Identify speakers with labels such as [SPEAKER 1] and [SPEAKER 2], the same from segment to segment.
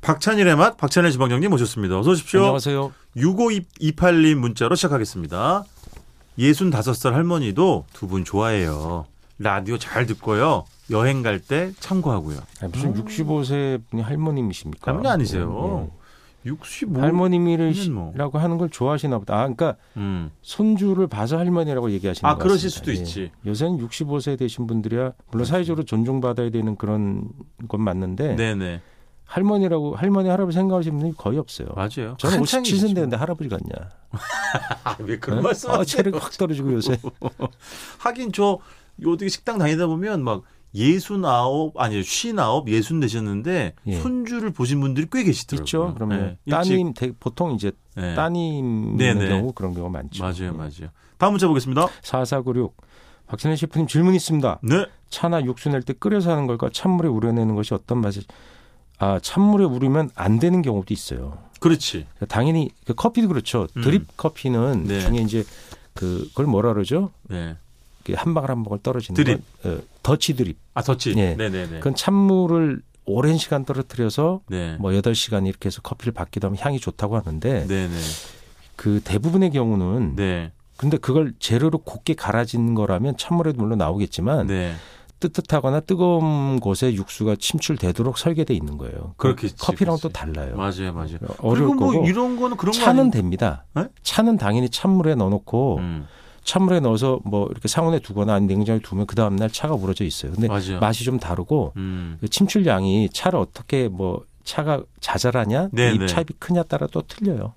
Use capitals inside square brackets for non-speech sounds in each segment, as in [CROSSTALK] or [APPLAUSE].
[SPEAKER 1] 박찬일의 맛, 박찬일 지방장님 모셨습니다. 어서 오십시오.
[SPEAKER 2] 안녕하세요.
[SPEAKER 1] 6528님 문자로 시작하겠습니다. 65살 할머니도 두 분 좋아해요. 라디오 잘 듣고요. 여행 갈 때 참고하고요.
[SPEAKER 2] 아니, 무슨 65세 분이 할머님이십니까? 네. 뭐,
[SPEAKER 1] 할머니 아니세요. 65.
[SPEAKER 2] 할머님이라고
[SPEAKER 1] 음, 뭐.
[SPEAKER 2] 하는 걸 좋아하시나 보다. 아, 그러니까
[SPEAKER 1] 음.
[SPEAKER 2] 손주를 봐서 할머니라고 얘기하시는
[SPEAKER 1] 아,
[SPEAKER 2] 것
[SPEAKER 1] 그러실
[SPEAKER 2] 같습니다. 예.
[SPEAKER 1] 수도 있지. 그렇죠.
[SPEAKER 2] 요새는 65세 되신 분들이야 물론 사회적으로 존중받아야 되는 그런 건 맞는데
[SPEAKER 1] 네, 네.
[SPEAKER 2] 할머니라고 할머니 할아버지 생각하시는 분이 거의 없어요.
[SPEAKER 1] 맞아요.
[SPEAKER 2] 저는
[SPEAKER 1] 한창이죠,
[SPEAKER 2] 57세인데
[SPEAKER 1] 지금.
[SPEAKER 2] 근데 할아버지 같냐?
[SPEAKER 1] [LAUGHS] 아, 왜 그런
[SPEAKER 2] 네?
[SPEAKER 1] 말씀
[SPEAKER 2] 아,
[SPEAKER 1] 하세요?
[SPEAKER 2] 체력 확
[SPEAKER 1] [LAUGHS]
[SPEAKER 2] 떨어지고 요새.
[SPEAKER 1] 하긴 저 어떻게 식당 다니다 보면 막 예순 아홉 아니 쉰 아홉 예순 되셨는데
[SPEAKER 2] 예.
[SPEAKER 1] 손주를 보신 분들이 꽤 계시더라고요.
[SPEAKER 2] 있죠. 그러면
[SPEAKER 1] 예, 일찍,
[SPEAKER 2] 따님 대- 보통 이제
[SPEAKER 1] 예.
[SPEAKER 2] 따님
[SPEAKER 1] 네,
[SPEAKER 2] 의
[SPEAKER 1] 네.
[SPEAKER 2] 경우 그런 경우 많죠.
[SPEAKER 1] 맞아요, 맞아요. 다음 문자 보겠습니다.
[SPEAKER 2] 4496 박진혜 셰프님 질문 있습니다.
[SPEAKER 1] 네,
[SPEAKER 2] 차나 육수 낼 때 끓여서 하는 걸까 찬물에 우려내는 것이 어떤 맛이 아 찬물에 우리면 안 되는 경우도 있어요.
[SPEAKER 1] 그렇지.
[SPEAKER 2] 당연히 그 커피도 그렇죠.
[SPEAKER 1] 음.
[SPEAKER 2] 드립 커피는
[SPEAKER 1] 네.
[SPEAKER 2] 중에 이제 그 그걸 뭐라 그러죠?
[SPEAKER 1] 네.
[SPEAKER 2] 그한 방울 한 방울 떨어지는
[SPEAKER 1] 드립.
[SPEAKER 2] 건, 어, 더치 드립.
[SPEAKER 1] 아 더치.
[SPEAKER 2] 예.
[SPEAKER 1] 네, 네, 네.
[SPEAKER 2] 그건 찬물을 오랜 시간 떨어뜨려서
[SPEAKER 1] 네.
[SPEAKER 2] 뭐 8시간 이렇게 해서 커피를 받기도 하면 향이 좋다고 하는데
[SPEAKER 1] 네, 네,
[SPEAKER 2] 그 대부분의 경우는
[SPEAKER 1] 네,
[SPEAKER 2] 근데 그걸 재료로 곱게 갈아진 거라면 찬물에도 물론 나오겠지만
[SPEAKER 1] 네.
[SPEAKER 2] 뜨뜻하거나 뜨거운 곳에 육수가 침출되도록 설계돼 있는 거예요.
[SPEAKER 1] 그렇겠지,
[SPEAKER 2] 커피랑 또
[SPEAKER 1] 그렇지.
[SPEAKER 2] 달라요.
[SPEAKER 1] 맞아요, 맞아요. 그리고
[SPEAKER 2] 어려울
[SPEAKER 1] 뭐
[SPEAKER 2] 거고
[SPEAKER 1] 이런 거는 그런 거
[SPEAKER 2] 차는
[SPEAKER 1] 아닌-
[SPEAKER 2] 됩니다.
[SPEAKER 1] 네?
[SPEAKER 2] 차는 당연히 찬물에 넣어놓고
[SPEAKER 1] 음,
[SPEAKER 2] 찬물에 넣어서 뭐 이렇게 상온에 두거나 아니면 냉장고에 두면 그 다음 날 차가 우러져 있어요. 근데
[SPEAKER 1] 맞아요.
[SPEAKER 2] 맛이 좀 다르고
[SPEAKER 1] 음,
[SPEAKER 2] 그 침출량이 차를 어떻게 뭐 차가 자잘하냐,
[SPEAKER 1] 네, 네.
[SPEAKER 2] 입 차입이 크냐 따라 또 틀려요.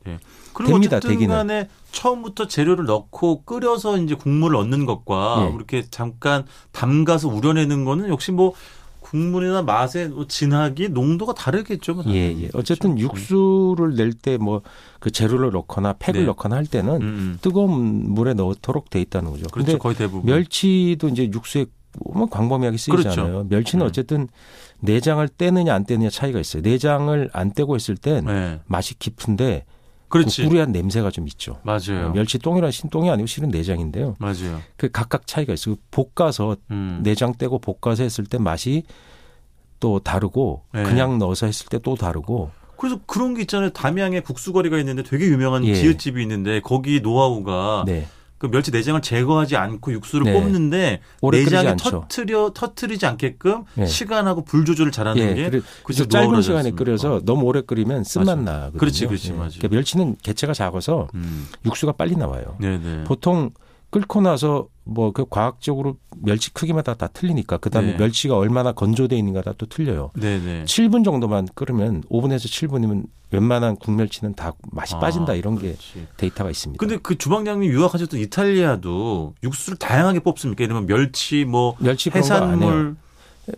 [SPEAKER 1] 그리고
[SPEAKER 2] 됩니다,
[SPEAKER 1] 어쨌든
[SPEAKER 2] 대기는.
[SPEAKER 1] 간에 처음부터 재료를 넣고 끓여서 이제 국물을 얻는 것과 뭐
[SPEAKER 2] 예.
[SPEAKER 1] 이렇게 잠깐 담가서 우려내는 거는 역시 뭐 국물이나 맛의 뭐 진하기 농도가 다르겠죠. 뭐 그렇죠. 그건.
[SPEAKER 2] 예, 예. 어쨌든 육수를 낼 때 뭐 그 재료를 넣거나 팩을
[SPEAKER 1] 네.
[SPEAKER 2] 넣거나 할 때는
[SPEAKER 1] 음, 음.
[SPEAKER 2] 뜨거운 물에 넣도록 돼 있다는 거죠. 근데
[SPEAKER 1] 그렇죠. 거의 대부분.
[SPEAKER 2] 멸치도 이제 육수에 뭐 광범위하게 쓰이잖아요. 멸치는
[SPEAKER 1] 음.
[SPEAKER 2] 어쨌든 내장을 떼느냐 안 떼느냐 차이가 있어요. 내장을 안 떼고 했을 땐
[SPEAKER 1] 네.
[SPEAKER 2] 맛이 깊은데
[SPEAKER 1] 그렇지.
[SPEAKER 2] 그 구리한 냄새가 좀 있죠.
[SPEAKER 1] 맞아요.
[SPEAKER 2] 멸치 똥이란 신똥이 아니고 실은 내장인데요.
[SPEAKER 1] 맞아요.
[SPEAKER 2] 그 각각 차이가 있어요. 그 볶아서
[SPEAKER 1] 음.
[SPEAKER 2] 내장 떼고 볶아서 했을 때 맛이 또 다르고
[SPEAKER 1] 네.
[SPEAKER 2] 그냥 넣어서 했을 때 또 다르고
[SPEAKER 1] 그래서 그런 게 있잖아요. 담양에 국수거리가 있는데 되게 유명한
[SPEAKER 2] 예.
[SPEAKER 1] 지읒집이 있는데 거기 노하우가
[SPEAKER 2] 네.
[SPEAKER 1] 그 멸치 내장을 제거하지 않고 육수를
[SPEAKER 2] 네.
[SPEAKER 1] 뽑는데
[SPEAKER 2] 오래 끓이지
[SPEAKER 1] 내장이
[SPEAKER 2] 않죠.
[SPEAKER 1] 터트려 터트리지 않게끔
[SPEAKER 2] 예.
[SPEAKER 1] 시간하고 불 조절을 잘하는
[SPEAKER 2] 예,
[SPEAKER 1] 게
[SPEAKER 2] 그래-
[SPEAKER 1] 그게
[SPEAKER 2] 그래서 짧은
[SPEAKER 1] 노하우라지
[SPEAKER 2] 시간에
[SPEAKER 1] 않습니까?
[SPEAKER 2] 끓여서 너무 오래 끓이면 쓴맛
[SPEAKER 1] 맞아요.
[SPEAKER 2] 나거든요.
[SPEAKER 1] 그렇지, 그렇지, 맞아요.
[SPEAKER 2] 그러니까 멸치는 개체가 작아서
[SPEAKER 1] 음.
[SPEAKER 2] 육수가 빨리 나와요.
[SPEAKER 1] 네네.
[SPEAKER 2] 보통 끓고 나서 뭐 그 과학적으로 멸치 크기마다 다 틀리니까 그다음에
[SPEAKER 1] 네.
[SPEAKER 2] 멸치가 얼마나 건조돼 있는가가 또 틀려요.
[SPEAKER 1] 네네.
[SPEAKER 2] 7분 정도만 끓으면 5분에서 7분이면 웬만한 국멸치는 다 맛이
[SPEAKER 1] 아,
[SPEAKER 2] 빠진다 이런 게
[SPEAKER 1] 그렇지.
[SPEAKER 2] 데이터가 있습니다.
[SPEAKER 1] 근데 그 주방장님 유학하셨던 이탈리아도 육수를 다양하게 뽑습니까? 이러면 멸치, 뭐
[SPEAKER 2] 멸치 그런 거 안 해요.
[SPEAKER 1] 해산물,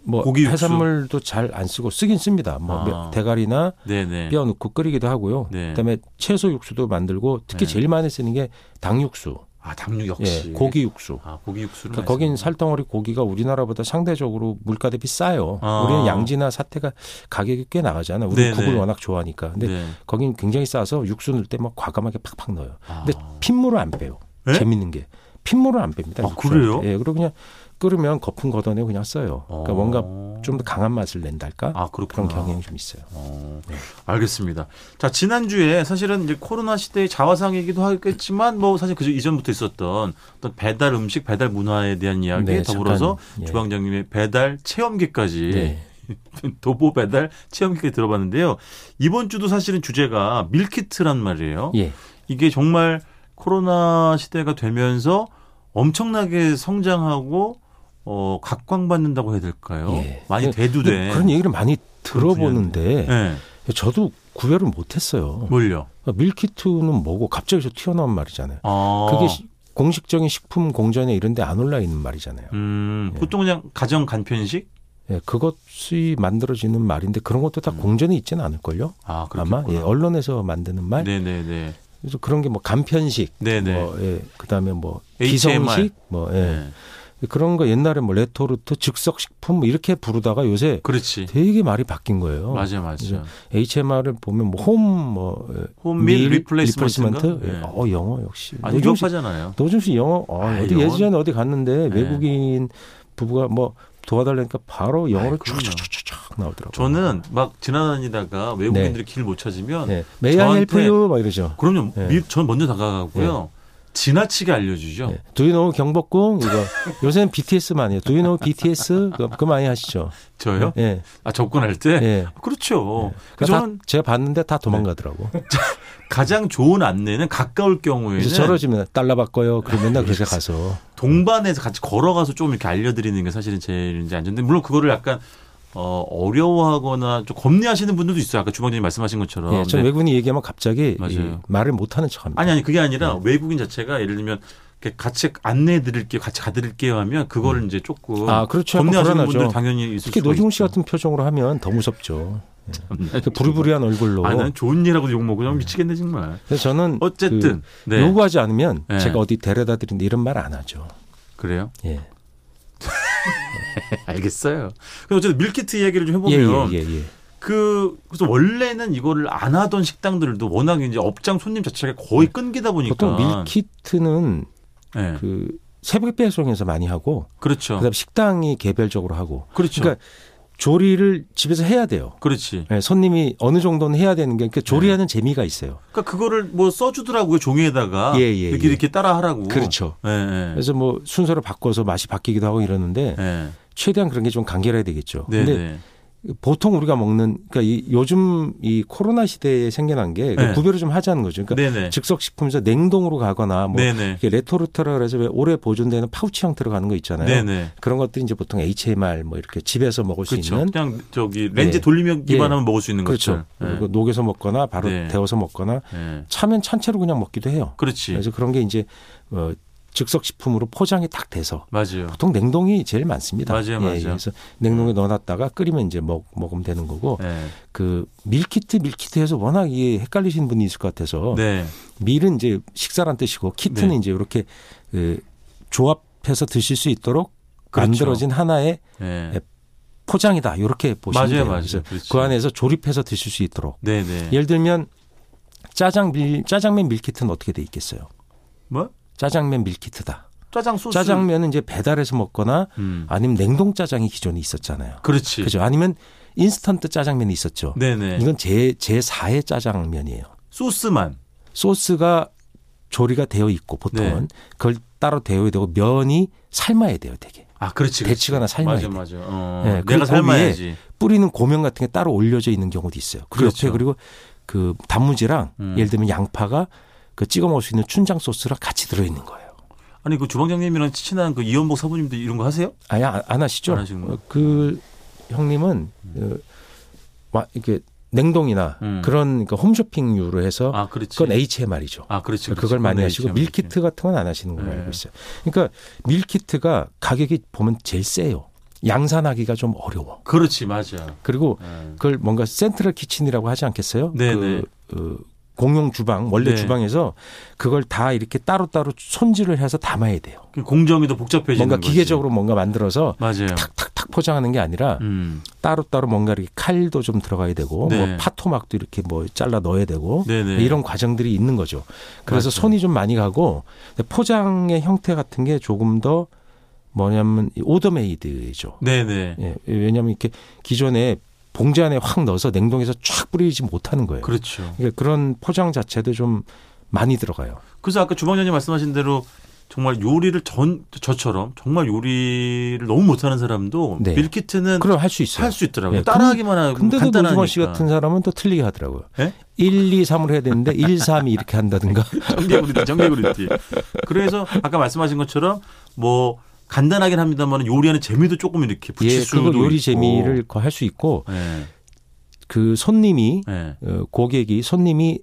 [SPEAKER 2] 뭐
[SPEAKER 1] 고기 육수.
[SPEAKER 2] 해산물도 잘 안 쓰고 쓰긴 씁니다. 뭐
[SPEAKER 1] 아.
[SPEAKER 2] 며- 대가리나
[SPEAKER 1] 네네.
[SPEAKER 2] 뼈 넣고 끓이기도 하고요.
[SPEAKER 1] 네.
[SPEAKER 2] 그다음에 채소 육수도 만들고 특히
[SPEAKER 1] 네.
[SPEAKER 2] 제일 많이 쓰는 게 당육수,
[SPEAKER 1] 아 담육
[SPEAKER 2] 예,
[SPEAKER 1] 역시
[SPEAKER 2] 고기 육수.
[SPEAKER 1] 아 고기 육수를
[SPEAKER 2] 그러니까 거긴
[SPEAKER 1] 많이 쓰는구나.
[SPEAKER 2] 살덩어리 고기가 우리나라보다 상대적으로 물가 대비 싸요.
[SPEAKER 1] 아.
[SPEAKER 2] 우리는 양지나 사태가 가격이 꽤 나가잖아. 우리
[SPEAKER 1] 네네.
[SPEAKER 2] 국을 워낙 좋아하니까. 근데
[SPEAKER 1] 네.
[SPEAKER 2] 거긴 굉장히 싸서 육수 넣을 때 막 과감하게 팍팍 넣어요.
[SPEAKER 1] 아.
[SPEAKER 2] 근데 핏물을 안 빼요.
[SPEAKER 1] 예?
[SPEAKER 2] 재밌는 게 핏물을 안 뺍니다.
[SPEAKER 1] 아,
[SPEAKER 2] 육수할
[SPEAKER 1] 그래요?
[SPEAKER 2] 때. 예, 그리고 그냥 끓으면 거품 걷어내고 그냥 써요. 그러니까
[SPEAKER 1] 어.
[SPEAKER 2] 뭔가 좀 더 강한 맛을 낸달까?
[SPEAKER 1] 아, 그렇구나.
[SPEAKER 2] 그런 경향이 좀 있어요.
[SPEAKER 1] 어, 알겠습니다. 자, 지난주에 사실은 이제 코로나 시대의 자화상이기도 하겠지만 뭐 사실 그 이전부터 있었던 어떤 배달 음식, 배달 문화에 대한 이야기
[SPEAKER 2] 네,
[SPEAKER 1] 더불어서
[SPEAKER 2] 잠깐, 예.
[SPEAKER 1] 주방장님의 배달 체험기까지
[SPEAKER 2] 네.
[SPEAKER 1] [LAUGHS] 도보 배달 체험기까지 들어봤는데요. 이번 주도 사실은 주제가 밀키트란 말이에요.
[SPEAKER 2] 예.
[SPEAKER 1] 이게 정말 코로나 시대가 되면서 엄청나게 성장하고 어, 각광받는다고 해야 될까요?
[SPEAKER 2] 예.
[SPEAKER 1] 많이 대두된
[SPEAKER 2] 그런 얘기를 많이 들어보는데
[SPEAKER 1] 예.
[SPEAKER 2] 저도 구별을
[SPEAKER 1] 네.
[SPEAKER 2] 못했어요.
[SPEAKER 1] 뭘요?
[SPEAKER 2] 그러니까 밀키트는 뭐고 갑자기 저 튀어나온 말이잖아요.
[SPEAKER 1] 아.
[SPEAKER 2] 그게 시- 공식적인 식품 공전에 이런 데 안 올라 있는 말이잖아요.
[SPEAKER 1] 음, 보통 그냥 가정 간편식?
[SPEAKER 2] 예, 그것이 만들어지는 말인데 그런 것도
[SPEAKER 1] 음.
[SPEAKER 2] 다 공전에 있지는 않을걸요?
[SPEAKER 1] 아,
[SPEAKER 2] 아마 예, 언론에서 만드는 말.
[SPEAKER 1] 네네네.
[SPEAKER 2] 그래서 그런 게 뭐 간편식,
[SPEAKER 1] 네네.
[SPEAKER 2] 뭐 예, 그다음에 뭐
[SPEAKER 1] HMR.
[SPEAKER 2] 기성식, 뭐 예.
[SPEAKER 1] 네.
[SPEAKER 2] 그런 거 옛날에 뭐 레토르트, 즉석식품 뭐 이렇게 부르다가 요새
[SPEAKER 1] 그렇지.
[SPEAKER 2] 되게 말이 바뀐 거예요.
[SPEAKER 1] 네. 맞아, 맞아.
[SPEAKER 2] HMR을 보면 뭐홈뭐 예,
[SPEAKER 1] 홈밀 리플레이스먼트인가? 예.
[SPEAKER 2] 어 영어 역시.
[SPEAKER 1] 아니,
[SPEAKER 2] 노중 씨-
[SPEAKER 1] 유럽하잖아요.
[SPEAKER 2] 노준 씨 영어 어,
[SPEAKER 1] 아,
[SPEAKER 2] 어디
[SPEAKER 1] 영어?
[SPEAKER 2] 예전에 어디 갔는데
[SPEAKER 1] 네.
[SPEAKER 2] 외국인 부부가 뭐 도와달라니까 바로 영어로
[SPEAKER 1] 아이, 그렇죠, 그럼요.
[SPEAKER 2] 촥촥촥촥 나오더라고요.
[SPEAKER 1] 저는 막 지나다니다가 외국인들이 길 못 찾으면
[SPEAKER 2] 네. May I help
[SPEAKER 1] 저한테-
[SPEAKER 2] you? 막 이러죠.
[SPEAKER 1] 그럼요.
[SPEAKER 2] 네.
[SPEAKER 1] 미, 전 먼저 다가가고요. 지나치게 알려주죠.
[SPEAKER 2] 네. Do you know 경복궁? 이거. 요새는 BTS 많이 해요. Do you know BTS? 그거, 그거 많이 하시죠.
[SPEAKER 1] 저요?
[SPEAKER 2] 예.
[SPEAKER 1] 아 접근할 때.
[SPEAKER 2] 예.
[SPEAKER 1] 그렇죠.
[SPEAKER 2] 그러니까
[SPEAKER 1] 저는 네.
[SPEAKER 2] 다, 제가 봤는데 다 도망가더라고.
[SPEAKER 1] 가장 좋은 안내는 가까울
[SPEAKER 2] 이제
[SPEAKER 1] 경우에는
[SPEAKER 2] 저러지면 달러 바꿔요. 그리고
[SPEAKER 1] 네.
[SPEAKER 2] 맨날 그래서 가서.
[SPEAKER 1] 동반해서 같이 걸어가서 좀 이렇게 알려드리는 게 사실은 제일 이제 안전데 물론 그거를 약간 어, 어려워하거나 좀 겁내하시는 분들도 있어요. 아까 주방장님 말씀하신 것처럼.
[SPEAKER 2] 예, 전
[SPEAKER 1] 네.
[SPEAKER 2] 외국인이 얘기하면 갑자기
[SPEAKER 1] 맞아요.
[SPEAKER 2] 이 말을 못하는 척합니다.
[SPEAKER 1] 아니 아니 그게 아니라
[SPEAKER 2] 네.
[SPEAKER 1] 외국인 자체가 예를 들면 이렇게 같이 안내해드릴게요, 같이 가드릴게요 하면 그거를 이제 조금
[SPEAKER 2] 아, 그렇죠. 약간
[SPEAKER 1] 겁내하시는 분들
[SPEAKER 2] 불안하죠.
[SPEAKER 1] 당연히 있을
[SPEAKER 2] 특히
[SPEAKER 1] 수가
[SPEAKER 2] 노중훈 씨
[SPEAKER 1] 있죠.
[SPEAKER 2] 같은 표정으로 하면 더 무섭죠.
[SPEAKER 1] [LAUGHS]
[SPEAKER 2] 이렇게 부리부리한 얼굴로.
[SPEAKER 1] 아, 난 좋은 일하고 욕먹고 좀 미치겠네 정말.
[SPEAKER 2] 그래서 저는
[SPEAKER 1] 어쨌든
[SPEAKER 2] 그
[SPEAKER 1] 네.
[SPEAKER 2] 요구하지 않으면
[SPEAKER 1] 네.
[SPEAKER 2] 제가 어디 데려다 드린다 이런 말 안 하죠.
[SPEAKER 1] 그래요? [LAUGHS]
[SPEAKER 2] 예.
[SPEAKER 1] 알겠어요. 근데 어쨌든 밀키트 이야기를 좀
[SPEAKER 2] 예,
[SPEAKER 1] 해보면
[SPEAKER 2] 예, 예, 예.
[SPEAKER 1] 그 그래서 원래는 이거를 안 하던 식당들도 워낙 이제 업장 손님 자체가 거의 끊기다 보니까
[SPEAKER 2] 네. 보통 밀키트는
[SPEAKER 1] 예.
[SPEAKER 2] 그 새벽 배송에서 많이 하고
[SPEAKER 1] 그렇죠.
[SPEAKER 2] 그다음에 식당이 개별적으로 하고
[SPEAKER 1] 그렇죠.
[SPEAKER 2] 네. 그러니까 조리를 집에서 해야 돼요.
[SPEAKER 1] 그렇지.
[SPEAKER 2] 예, 손님이 어느 정도는 해야 되는 게 그러니까
[SPEAKER 1] 네.
[SPEAKER 2] 조리하는 재미가 있어요.
[SPEAKER 1] 그러니까 그거를 뭐 써주더라고요 종이에다가
[SPEAKER 2] 예, 예,
[SPEAKER 1] 이렇게
[SPEAKER 2] 예.
[SPEAKER 1] 이렇게 따라 하라고.
[SPEAKER 2] 그렇죠.
[SPEAKER 1] 예, 예.
[SPEAKER 2] 그래서 뭐 순서를 바꿔서 맛이 바뀌기도 하고 이러는데
[SPEAKER 1] 예.
[SPEAKER 2] 최대한 그런 게 좀 간결해야 되겠죠.
[SPEAKER 1] 네,
[SPEAKER 2] 근데
[SPEAKER 1] 네.
[SPEAKER 2] 보통 우리가 먹는 그러니까 이 요즘 이 코로나 시대에 생겨난 게 그
[SPEAKER 1] 네.
[SPEAKER 2] 구별을 좀 하자는 거죠. 그러니까
[SPEAKER 1] 네네.
[SPEAKER 2] 즉석식품에서 냉동으로 가거나 뭐
[SPEAKER 1] 네네.
[SPEAKER 2] 이렇게 레토르터라 그래서 왜 오래 보존되는 파우치 형태로 가는 거 있잖아요.
[SPEAKER 1] 네네.
[SPEAKER 2] 그런 것들이 이제 보통 HMR 뭐 이렇게 집에서 먹을 수
[SPEAKER 1] 그렇죠.
[SPEAKER 2] 있는
[SPEAKER 1] 그냥 저기 렌즈
[SPEAKER 2] 예.
[SPEAKER 1] 돌리기만 하면 먹을 수 있는
[SPEAKER 2] 그렇죠.
[SPEAKER 1] 것들.
[SPEAKER 2] 그리고 녹여서 먹거나 바로
[SPEAKER 1] 네.
[SPEAKER 2] 데워서 먹거나
[SPEAKER 1] 예. 예.
[SPEAKER 2] 차면 찬채로 그냥 먹기도 해요.
[SPEAKER 1] 그렇지.
[SPEAKER 2] 그래서 그런 게 이제 어, 즉석식품으로 포장이 딱 돼서
[SPEAKER 1] 맞아요.
[SPEAKER 2] 보통 냉동이 제일 많습니다. 예,
[SPEAKER 1] 맞아요, 맞아요. 네.
[SPEAKER 2] 그래서 냉동에 넣어놨다가 끓이면 이제 먹, 먹으면 되는 거고
[SPEAKER 1] 예.
[SPEAKER 2] 그 밀키트 밀키트해서 워낙 이게 헷갈리시는 분이 있을 것 같아서
[SPEAKER 1] 네.
[SPEAKER 2] 밀은 이제 식사란 뜻이고 키트는
[SPEAKER 1] 네.
[SPEAKER 2] 이제 이렇게 그 조합해서 드실 수 있도록
[SPEAKER 1] 그렇죠.
[SPEAKER 2] 만들어진 하나의
[SPEAKER 1] 예.
[SPEAKER 2] 예, 포장이다 이렇게 보시면
[SPEAKER 1] 맞아요,
[SPEAKER 2] 돼요.
[SPEAKER 1] 맞아요.
[SPEAKER 2] 그래서
[SPEAKER 1] 그렇죠.
[SPEAKER 2] 그 안에서 조립해서 드실 수 있도록
[SPEAKER 1] 네네.
[SPEAKER 2] 예를 들면 짜장 밀 짜장면 밀키트는 어떻게 돼 있겠어요?
[SPEAKER 1] 뭐?
[SPEAKER 2] 짜장면 밀키트다.
[SPEAKER 1] 짜장 소스.
[SPEAKER 2] 짜장면은 이제 배달해서 먹거나
[SPEAKER 1] 음.
[SPEAKER 2] 아니면 냉동 짜장이 기존에 있었잖아요.
[SPEAKER 1] 그렇지.
[SPEAKER 2] 그죠? 아니면 인스턴트 짜장면이 있었죠.
[SPEAKER 1] 네네.
[SPEAKER 2] 이건 제, 제 4의 짜장면이에요.
[SPEAKER 1] 소스만.
[SPEAKER 2] 소스가 조리가 되어 있고
[SPEAKER 1] 네.
[SPEAKER 2] 보통은 그걸 따로 데워야 되고 면이 삶아야 돼요 되게.
[SPEAKER 1] 아, 그렇지. 그렇지.
[SPEAKER 2] 데치거나 삶아야
[SPEAKER 1] 맞아,
[SPEAKER 2] 돼요.
[SPEAKER 1] 맞아. 어,
[SPEAKER 2] 네,
[SPEAKER 1] 내가
[SPEAKER 2] 그리고
[SPEAKER 1] 삶아야지.
[SPEAKER 2] 뿌리는 고명 같은 게 따로 올려져 있는 경우도 있어요. 그리고
[SPEAKER 1] 그렇죠.
[SPEAKER 2] 옆에 그리고 그 단무지랑
[SPEAKER 1] 음.
[SPEAKER 2] 예를 들면 양파가 그 찍어 먹을 수 있는 춘장 소스랑 같이 들어있는 거예요.
[SPEAKER 1] 아니, 그 주방장님이랑 친한 그 이연복 사부님도 이런 거 하세요?
[SPEAKER 2] 아예 안, 안 하시죠?
[SPEAKER 1] 안 하시는구나.
[SPEAKER 2] 어, 그 형님은 어, 와, 이렇게 냉동이나
[SPEAKER 1] 음.
[SPEAKER 2] 그런 그 홈쇼핑류로 해서
[SPEAKER 1] 아, 그렇지.
[SPEAKER 2] 그건 HMR이죠.
[SPEAKER 1] 아, 그렇지.
[SPEAKER 2] 그걸
[SPEAKER 1] 그렇지.
[SPEAKER 2] 많이
[SPEAKER 1] 그건
[SPEAKER 2] 하시고
[SPEAKER 1] HM.
[SPEAKER 2] 밀키트 같은 건 안 하시는 걸로
[SPEAKER 1] 네.
[SPEAKER 2] 알고 있어요. 그러니까 밀키트가 가격이 보면 제일 세요. 양산하기가 좀 어려워.
[SPEAKER 1] 그렇지, 맞아.
[SPEAKER 2] 그리고
[SPEAKER 1] 예.
[SPEAKER 2] 그걸 뭔가 센트럴 키친이라고 하지 않겠어요?
[SPEAKER 1] 네,
[SPEAKER 2] 그,
[SPEAKER 1] 네.
[SPEAKER 2] 어, 공용 주방 원래
[SPEAKER 1] 네.
[SPEAKER 2] 주방에서 그걸 다 이렇게 따로따로 손질을 해서 담아야 돼요.
[SPEAKER 1] 그 공정이 더 복잡해지는
[SPEAKER 2] 뭔가
[SPEAKER 1] 거지.
[SPEAKER 2] 기계적으로 뭔가 만들어서
[SPEAKER 1] 맞아요.
[SPEAKER 2] 탁탁탁 포장하는 게 아니라
[SPEAKER 1] 음.
[SPEAKER 2] 따로따로 뭔가 이렇게 칼도 좀 들어가야 되고
[SPEAKER 1] 네.
[SPEAKER 2] 뭐 파토막도 이렇게 뭐 잘라 넣어야 되고
[SPEAKER 1] 네네.
[SPEAKER 2] 이런 과정들이 있는 거죠. 그래서
[SPEAKER 1] 맞죠.
[SPEAKER 2] 손이 좀 많이 가고 근데 포장의 형태 같은 게 조금 더 뭐냐면 이 오더메이드죠.
[SPEAKER 1] 네네.
[SPEAKER 2] 예, 왜냐하면 이렇게 기존에 봉지 안에 확 넣어서 냉동해서 쫙 뿌리지 못하는 거예요.
[SPEAKER 1] 그렇죠.
[SPEAKER 2] 그러니까 그런 포장 자체도 좀 많이 들어가요.
[SPEAKER 1] 그래서 아까 주방장님 말씀하신 대로 정말 요리를 전 저처럼 정말 요리를 너무 못하는 사람도
[SPEAKER 2] 네.
[SPEAKER 1] 밀키트는
[SPEAKER 2] 그럼 할 수 있어요.
[SPEAKER 1] 할 수 있더라고요.
[SPEAKER 2] 예, 근-
[SPEAKER 1] 따라하기만 하고
[SPEAKER 2] 근데도
[SPEAKER 1] 간단하니까.
[SPEAKER 2] 노중원 씨 같은 사람은 또 틀리게 하더라고요.
[SPEAKER 1] 예?
[SPEAKER 2] 1, 2, 3으로 해야 되는데 1, 3이 이렇게 한다든가.
[SPEAKER 1] 정개구리띠, 정개구리띠. 그래서 아까 말씀하신 것처럼 뭐 간단하긴 합니다만 요리하는 재미도 조금 이렇게 붙일
[SPEAKER 2] 예,
[SPEAKER 1] 수도
[SPEAKER 2] 그걸 요리
[SPEAKER 1] 있고.
[SPEAKER 2] 재미를 할 수 있고
[SPEAKER 1] 예,
[SPEAKER 2] 그 손님이
[SPEAKER 1] 예.
[SPEAKER 2] 어, 고객이 손님이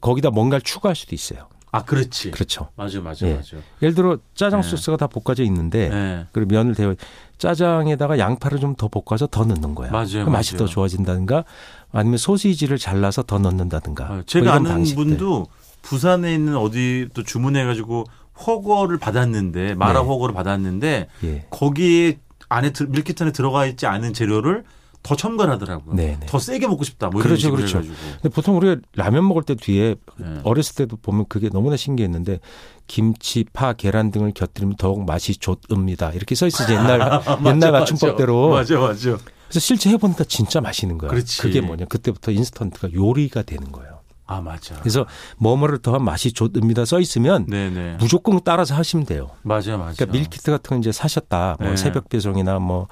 [SPEAKER 2] 거기다 뭔가를 추가할 수도 있어요.
[SPEAKER 1] 아 그렇지.
[SPEAKER 2] 그렇죠.
[SPEAKER 1] 맞아, 맞아,
[SPEAKER 2] 예.
[SPEAKER 1] 맞아.
[SPEAKER 2] 예를 들어 짜장
[SPEAKER 1] 네.
[SPEAKER 2] 소스가 다 볶아져 있는데
[SPEAKER 1] 예.
[SPEAKER 2] 그리고 면을 데워 짜장에다가 양파를 좀 더 볶아서 더 넣는 거야.
[SPEAKER 1] 맞아요,
[SPEAKER 2] 그럼 맛이
[SPEAKER 1] 맞아요.
[SPEAKER 2] 더 좋아진다든가 아니면 소시지를 잘라서 더 넣는다든가.
[SPEAKER 1] 아,
[SPEAKER 2] 뭐
[SPEAKER 1] 제가
[SPEAKER 2] 이런
[SPEAKER 1] 아는
[SPEAKER 2] 방식들.
[SPEAKER 1] 분도 부산에 있는 어디 또 주문해가지고 허거를 받았는데 마라
[SPEAKER 2] 네.
[SPEAKER 1] 허거를 받았는데
[SPEAKER 2] 예.
[SPEAKER 1] 거기에 안에 들- 밀키트 안에 들어가 있지 않은 재료를 더 첨가하더라고요.
[SPEAKER 2] 네, 네.
[SPEAKER 1] 더 세게 먹고 싶다. 뭐 이런
[SPEAKER 2] 그렇죠,
[SPEAKER 1] 식으로
[SPEAKER 2] 그렇죠.
[SPEAKER 1] 해가지고.
[SPEAKER 2] 근데 보통 우리가 라면 먹을 때 뒤에
[SPEAKER 1] 네.
[SPEAKER 2] 어렸을 때도 보면 그게 너무나 신기했는데 김치, 파, 계란 등을 곁들이면 더욱 맛이 좋읍니다. 이렇게 써 있어요.
[SPEAKER 1] [LAUGHS]
[SPEAKER 2] 옛날 옛날 맞춤법대로.
[SPEAKER 1] 맞아, 맞아.
[SPEAKER 2] 그래서 실제 해보니까 진짜 맛있는 거야.
[SPEAKER 1] 그렇지.
[SPEAKER 2] 그게 뭐냐? 그때부터 인스턴트가 요리가 되는 거예요.
[SPEAKER 1] 아, 맞아.
[SPEAKER 2] 그래서 뭐뭐를 더한 맛이 좋읍니다 써 있으면
[SPEAKER 1] 네네.
[SPEAKER 2] 무조건 따라서 하시면 돼요.
[SPEAKER 1] 맞아, 맞아.
[SPEAKER 2] 그러니까 밀키트 같은 거 이제 사셨다. 뭐
[SPEAKER 1] 네.
[SPEAKER 2] 새벽 배송이나 뭐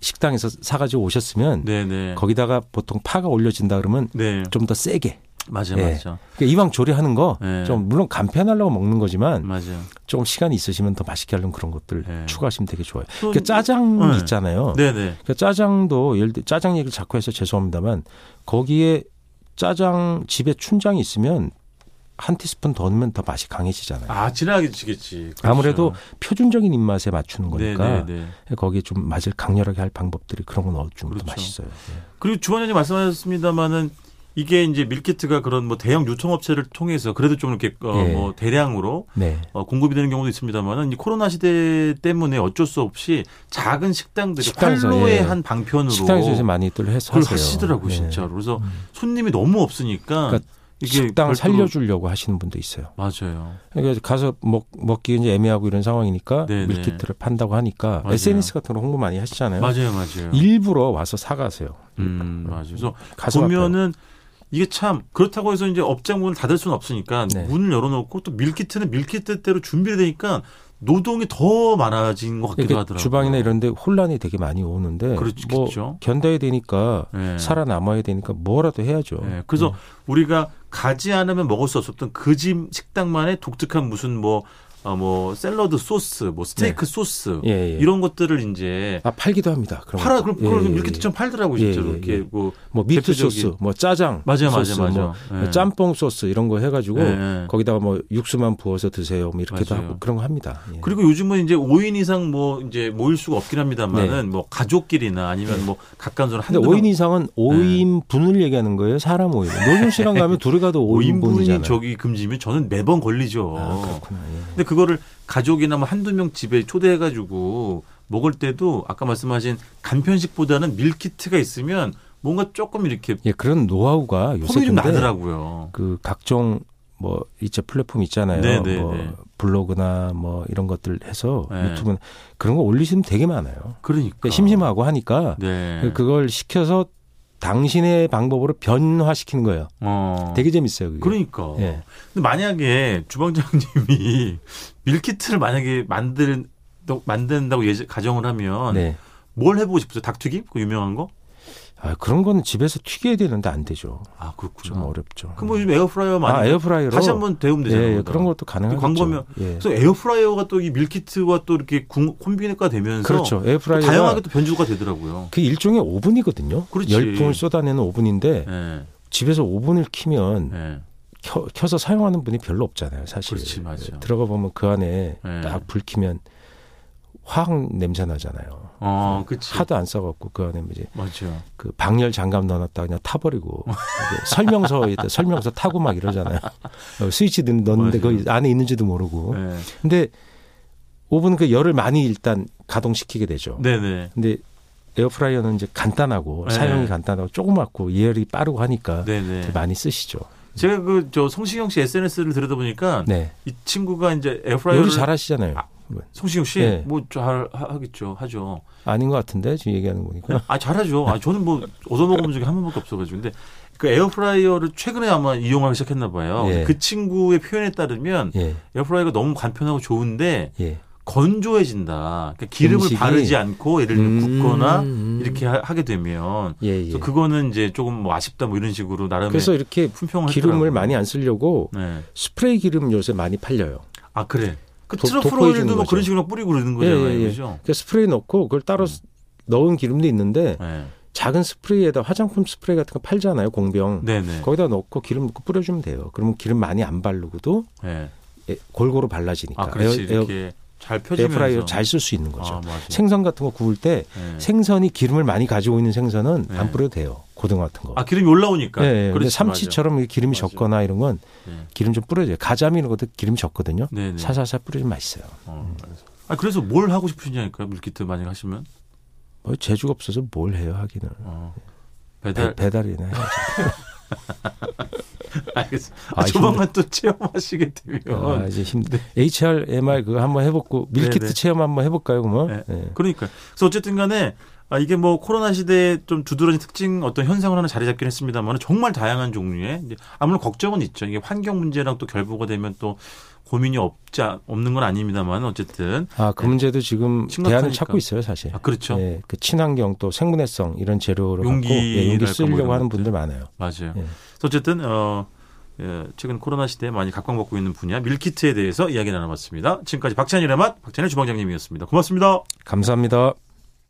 [SPEAKER 2] 식당에서 사가지고 오셨으면
[SPEAKER 1] 네네.
[SPEAKER 2] 거기다가 보통 파가 올려진다 그러면
[SPEAKER 1] 네.
[SPEAKER 2] 좀 더 세게.
[SPEAKER 1] 맞아,
[SPEAKER 2] 예.
[SPEAKER 1] 맞아.
[SPEAKER 2] 그러니까 이왕 조리하는 거 좀
[SPEAKER 1] 네.
[SPEAKER 2] 물론 간편하려고 먹는 거지만
[SPEAKER 1] 맞아.
[SPEAKER 2] 조금 시간이 있으시면 더 맛있게 하려는 그런 것들
[SPEAKER 1] 네.
[SPEAKER 2] 추가하시면 되게 좋아요.
[SPEAKER 1] 또-
[SPEAKER 2] 그러니까 짜장
[SPEAKER 1] 네.
[SPEAKER 2] 있잖아요.
[SPEAKER 1] 네네.
[SPEAKER 2] 그러니까 짜장도 예를 들어 짜장 얘기를 자꾸 해서 죄송합니다만 거기에 짜장 집에 춘장이 있으면 한 티스푼 더 넣으면 더 맛이 강해지잖아요.
[SPEAKER 1] 아, 진하게 지겠지. 그렇죠.
[SPEAKER 2] 아무래도 그러니까. 표준적인 입맛에 맞추는 거니까
[SPEAKER 1] 네네네.
[SPEAKER 2] 거기에 좀 맛을 강렬하게 할 방법들이 그런 거 넣어주면
[SPEAKER 1] 그렇죠.
[SPEAKER 2] 더 맛있어요. 예.
[SPEAKER 1] 그리고 주원장님 말씀하셨습니다만은 이게 이제 밀키트가 그런 뭐 대형 유통업체를 통해서 그래도 좀 이렇게 어,
[SPEAKER 2] 예.
[SPEAKER 1] 뭐 대량으로
[SPEAKER 2] 네.
[SPEAKER 1] 어, 공급이 되는 경우도 있습니다만은 이 코로나 시대 때문에 어쩔 수 없이 작은 식당들이
[SPEAKER 2] 식당에서,
[SPEAKER 1] 활로의
[SPEAKER 2] 예.
[SPEAKER 1] 한 방편으로
[SPEAKER 2] 식당에서 요새 많이들 해서
[SPEAKER 1] 그걸
[SPEAKER 2] 하세요.
[SPEAKER 1] 하시더라고 요
[SPEAKER 2] 네.
[SPEAKER 1] 진짜로. 그래서 손님이 너무 없으니까
[SPEAKER 2] 그러니까
[SPEAKER 1] 이게
[SPEAKER 2] 식당을
[SPEAKER 1] 별도로-
[SPEAKER 2] 살려주려고 하시는 분도 있어요.
[SPEAKER 1] 맞아요.
[SPEAKER 2] 그러니까 가서 먹, 먹기 이제 애매하고 이런 상황이니까
[SPEAKER 1] 네, 네.
[SPEAKER 2] 밀키트를 판다고 하니까
[SPEAKER 1] 맞아요.
[SPEAKER 2] SNS 같은 거 홍보 많이 하시잖아요.
[SPEAKER 1] 맞아요, 맞아요.
[SPEAKER 2] 일부러 와서 사가세요.
[SPEAKER 1] 음, 맞아요. 그래서
[SPEAKER 2] 가서
[SPEAKER 1] 보면은 이게 참 그렇다고 해서 이제 업장 문을 닫을 수는 없으니까
[SPEAKER 2] 네.
[SPEAKER 1] 문을 열어놓고 또 밀키트는 밀키트대로 준비를 되니까 노동이 더 많아진 것
[SPEAKER 2] 앞에요.
[SPEAKER 1] 같기도
[SPEAKER 2] 그러니까
[SPEAKER 1] 하더라고요.
[SPEAKER 2] 주방이나 이런데 혼란이 되게 많이 오는데
[SPEAKER 1] 그렇겠죠.
[SPEAKER 2] 뭐 견뎌야 되니까
[SPEAKER 1] 예.
[SPEAKER 2] 살아남아야 되니까 뭐라도 해야죠.
[SPEAKER 1] 예. 그래서 우리가 가지 않으면 먹을 수 없었던 그 집 식당만의 독특한 무슨 뭐, 어, 뭐 샐러드 소스, 뭐 스테이크 소스
[SPEAKER 2] 예, 예.
[SPEAKER 1] 이런 것들을 이제
[SPEAKER 2] 아 팔기도 합니다. 그런
[SPEAKER 1] 팔아
[SPEAKER 2] 것도.
[SPEAKER 1] 그럼
[SPEAKER 2] 예,
[SPEAKER 1] 그럼
[SPEAKER 2] 예,
[SPEAKER 1] 밀키트처럼 팔더라고 요
[SPEAKER 2] 예,
[SPEAKER 1] 실제로
[SPEAKER 2] 예,
[SPEAKER 1] 이렇게
[SPEAKER 2] 예.
[SPEAKER 1] 뭐
[SPEAKER 2] 예. 뭐 미트
[SPEAKER 1] 대표적인-
[SPEAKER 2] 소스, 뭐 짜장,
[SPEAKER 1] 맞아요, 맞아요,
[SPEAKER 2] 소스,
[SPEAKER 1] 맞아요.
[SPEAKER 2] 뭐
[SPEAKER 1] 예.
[SPEAKER 2] 짬뽕 소스 이런 거 해가지고
[SPEAKER 1] 예, 예.
[SPEAKER 2] 거기다가 뭐 육수만 부어서 드세요. 뭐 이렇게도
[SPEAKER 1] 맞아요.
[SPEAKER 2] 하고 그런 거 합니다. 예.
[SPEAKER 1] 그리고 요즘은 이제 5인 이상 뭐 이제 모일 수가 없긴 합니다만은 뭐 가족끼리나 아니면 뭐 네. 가까운 사람
[SPEAKER 2] 네. 근데
[SPEAKER 1] 한두
[SPEAKER 2] 5인
[SPEAKER 1] 명
[SPEAKER 2] 이상은 5인분을 얘기하는 거예요. 사람 5인. 노중 씨랑 가면 둘이 가도
[SPEAKER 1] 5인분이
[SPEAKER 2] 5인분이잖아요.
[SPEAKER 1] 저기 어. 금지면 저는 매번 걸리죠.
[SPEAKER 2] 아, 그렇구나. 예.
[SPEAKER 1] 근데 그거를 가족이나 뭐 한두 명 집에 초대해 가지고 먹을 때도 아까 말씀하신 간편식보다는 밀키트가 있으면 뭔가 조금 이렇게
[SPEAKER 2] 예, 그런 노하우가 요새
[SPEAKER 1] 폼이 좀
[SPEAKER 2] 근데
[SPEAKER 1] 나더라고요.
[SPEAKER 2] 그 각종 뭐 이제 플랫폼 있잖아요.
[SPEAKER 1] 네, 네,
[SPEAKER 2] 뭐
[SPEAKER 1] 네.
[SPEAKER 2] 블로그나 뭐 이런 것들 해서
[SPEAKER 1] 네.
[SPEAKER 2] 유튜브 그런 거 올리시면 되게 많아요.
[SPEAKER 1] 그러니까
[SPEAKER 2] 그러니까 심심하고 하니까
[SPEAKER 1] 네.
[SPEAKER 2] 그걸 시켜서 당신의 방법으로 변화시키는 거예요.
[SPEAKER 1] 어.
[SPEAKER 2] 되게 재밌어요. 그게.
[SPEAKER 1] 그러니까.
[SPEAKER 2] 예.
[SPEAKER 1] 근데 만약에 주방장님이 [LAUGHS] 밀키트를 만약에 만들 만든다고 예제, 가정을 하면
[SPEAKER 2] 네.
[SPEAKER 1] 뭘 해보고 싶으세요? 닭튀김? 그 유명한 거?
[SPEAKER 2] 아, 그런 거는 집에서 튀겨야 되는데 안 되죠.
[SPEAKER 1] 아
[SPEAKER 2] 좀
[SPEAKER 1] 그렇구나.
[SPEAKER 2] 어렵죠.
[SPEAKER 1] 그럼 뭐 요즘 에어프라이어 많이
[SPEAKER 2] 아, 에어프라이어로
[SPEAKER 1] 다시 한번 데우면 되잖아요.
[SPEAKER 2] 예, 예,
[SPEAKER 1] 그거다.
[SPEAKER 2] 그런 것도 가능하죠. 예.
[SPEAKER 1] 광범위한- 그래서 에어프라이어가 또 이 밀키트와 또 이렇게 궁- 콤비네가 되면서
[SPEAKER 2] 그렇죠.
[SPEAKER 1] 또
[SPEAKER 2] 에어프라이어
[SPEAKER 1] 다양하게 또 변주가 되더라고요.
[SPEAKER 2] 그 일종의 오븐이거든요.
[SPEAKER 1] 그렇지.
[SPEAKER 2] 열풍을 쏟아내는 오븐인데
[SPEAKER 1] 예,
[SPEAKER 2] 집에서 오븐을 키면
[SPEAKER 1] 예,
[SPEAKER 2] 켜, 켜서 사용하는 분이 별로 없잖아요, 사실.
[SPEAKER 1] 그렇지, 맞아.
[SPEAKER 2] 들어가 보면 그 안에
[SPEAKER 1] 네.
[SPEAKER 2] 딱 불 키면 화학 냄새 나잖아요.
[SPEAKER 1] 어, 그치.
[SPEAKER 2] 하도 안 써갖고 그 안에 이제
[SPEAKER 1] 맞죠.
[SPEAKER 2] 그 방열 장갑 넣어놨다 그냥
[SPEAKER 1] [LAUGHS]
[SPEAKER 2] 타버리고 이게 설명서에 다- 설명서 타고 막 이러잖아요. 어, 스위치 넣- 넣는데
[SPEAKER 1] 맞아요.
[SPEAKER 2] 그 안에 있는지도 모르고.
[SPEAKER 1] 예.
[SPEAKER 2] 근데 오븐 그 열을 많이 일단 가동시키게 되죠.
[SPEAKER 1] 네네.
[SPEAKER 2] 근데 에어프라이어는 이제 간단하고
[SPEAKER 1] 네.
[SPEAKER 2] 사용이 간단하고 조그맣고 예열이 빠르고 하니까
[SPEAKER 1] 네네.
[SPEAKER 2] 많이 쓰시죠.
[SPEAKER 1] 제가 그 저 성시경 씨 SNS를 들여다보니까
[SPEAKER 2] 네.
[SPEAKER 1] 이 친구가 이제
[SPEAKER 2] 요리
[SPEAKER 1] 에어프라이어를
[SPEAKER 2] 잘하시잖아요.
[SPEAKER 1] 아. 성시경 씨?
[SPEAKER 2] 네.
[SPEAKER 1] 뭐 잘 하겠죠. 하죠.
[SPEAKER 2] 아닌 것 같은데 지금 얘기하는 거니까.
[SPEAKER 1] 아, 잘하죠. 아, 저는 뭐 얻어먹은 적이 한 번밖에 없어가지고. 근데 그 에어프라이어를 최근에 아마 이용하기 시작했나 봐요.
[SPEAKER 2] 예.
[SPEAKER 1] 그 친구의 표현에 따르면
[SPEAKER 2] 예,
[SPEAKER 1] 에어프라이어가 너무 간편하고 좋은데
[SPEAKER 2] 예.
[SPEAKER 1] 건조해진다. 그러니까 기름을
[SPEAKER 2] 음식이?
[SPEAKER 1] 바르지 않고 예를 들면
[SPEAKER 2] 음,
[SPEAKER 1] 굽거나
[SPEAKER 2] 음.
[SPEAKER 1] 이렇게 하- 하게 되면
[SPEAKER 2] 예, 예.
[SPEAKER 1] 그래서 그거는 이제 조금 뭐 아쉽다 뭐 이런 식으로 나름의
[SPEAKER 2] 그래서 이렇게
[SPEAKER 1] 품평을
[SPEAKER 2] 기름을
[SPEAKER 1] 했더라고요.
[SPEAKER 2] 많이 안 쓰려고
[SPEAKER 1] 네.
[SPEAKER 2] 스프레이 기름 요새 많이 팔려요.
[SPEAKER 1] 아 그래. 그
[SPEAKER 2] 도-
[SPEAKER 1] 트러플
[SPEAKER 2] 돋보여주는
[SPEAKER 1] 오일도 뭐
[SPEAKER 2] 거죠.
[SPEAKER 1] 그런 식으로 뿌리고 그러는 거잖아요,
[SPEAKER 2] 예, 예, 예.
[SPEAKER 1] 그죠?
[SPEAKER 2] 그 스프레이 넣고 그걸 따로
[SPEAKER 1] 음.
[SPEAKER 2] 넣은 기름도 있는데
[SPEAKER 1] 네.
[SPEAKER 2] 작은 스프레이에다 화장품 스프레이 같은 거 팔잖아요, 공병.
[SPEAKER 1] 네, 네.
[SPEAKER 2] 거기다 넣고 기름 넣고 뿌려주면 돼요. 그러면 기름 많이 안 바르고도
[SPEAKER 1] 네.
[SPEAKER 2] 예, 골고루 발라지니까.
[SPEAKER 1] 아 그렇지
[SPEAKER 2] 에어,
[SPEAKER 1] 이렇게 잘 펴지면서
[SPEAKER 2] 프라이어 잘 쓸 수 있는 거죠.
[SPEAKER 1] 아, 맞아.
[SPEAKER 2] 생선 같은 거 구울 때
[SPEAKER 1] 네.
[SPEAKER 2] 생선이 기름을 많이 가지고 있는 생선은
[SPEAKER 1] 네.
[SPEAKER 2] 안 뿌려도 돼요. 고등 어 같은 거.
[SPEAKER 1] 아 기름이 올라오니까.
[SPEAKER 2] 예, 예. 근데
[SPEAKER 1] 그렇지,
[SPEAKER 2] 삼치처럼 이게 기름이
[SPEAKER 1] 맞아요.
[SPEAKER 2] 적거나 이런 건
[SPEAKER 1] 맞아. 네.
[SPEAKER 2] 기름 좀 뿌려줘요. 가자미 이런 것도 기름 적거든요.
[SPEAKER 1] 네, 네.
[SPEAKER 2] 살살살 뿌리면 맛있어요.
[SPEAKER 1] 어, 알았어. 아 그래서 뭘 하고 싶으시냐니까요, 밀키트 만약 하시면.
[SPEAKER 2] 뭐 재주가 없어서 뭘 해요 하기는
[SPEAKER 1] 어.
[SPEAKER 2] 배,
[SPEAKER 1] 배달
[SPEAKER 2] 배달이나 해야죠.
[SPEAKER 1] [LAUGHS] 알겠습니다. 아,
[SPEAKER 2] 아,
[SPEAKER 1] 조만간 또 체험하시게 되면
[SPEAKER 2] 아, 이제 힘들. HRMR 그거 한번 해보고 밀키트
[SPEAKER 1] 어, 네. 네네.
[SPEAKER 2] 체험 한번 해볼까요, 그러면? 예.
[SPEAKER 1] 그러니까 그래서 어쨌든간에 아, 이게 뭐 코로나 시대에 좀 두드러진 특징 어떤 현상을 하나 자리 잡긴 했습니다만 정말 다양한 종류의 이제 아무런 걱정은 있죠. 이게 환경 문제랑 또 결부가 되면 또 고민이 없지 않- 없는 건 아닙니다만 어쨌든
[SPEAKER 2] 아, 그 문제도 지금
[SPEAKER 1] 네. 심각하니까.
[SPEAKER 2] 대안을 찾고 있어요, 사실.
[SPEAKER 1] 아 그렇죠.
[SPEAKER 2] 예, 그 친환경 또 생분해성 이런 재료로 갖고
[SPEAKER 1] 용기랄까
[SPEAKER 2] 예, 용기
[SPEAKER 1] 뭐 이런
[SPEAKER 2] 쓰려고
[SPEAKER 1] 것들.
[SPEAKER 2] 하는 분들 많아요.
[SPEAKER 1] 맞아요.
[SPEAKER 2] 예.
[SPEAKER 1] 그래서 어쨌든 어 예, 최근 코로나 시대에 많이 각광받고 있는 분야 밀키트에 대해서 이야기 나눠봤습니다. 지금까지 박찬일의 맛 박찬일 주방장님이었습니다. 고맙습니다.
[SPEAKER 2] 감사합니다.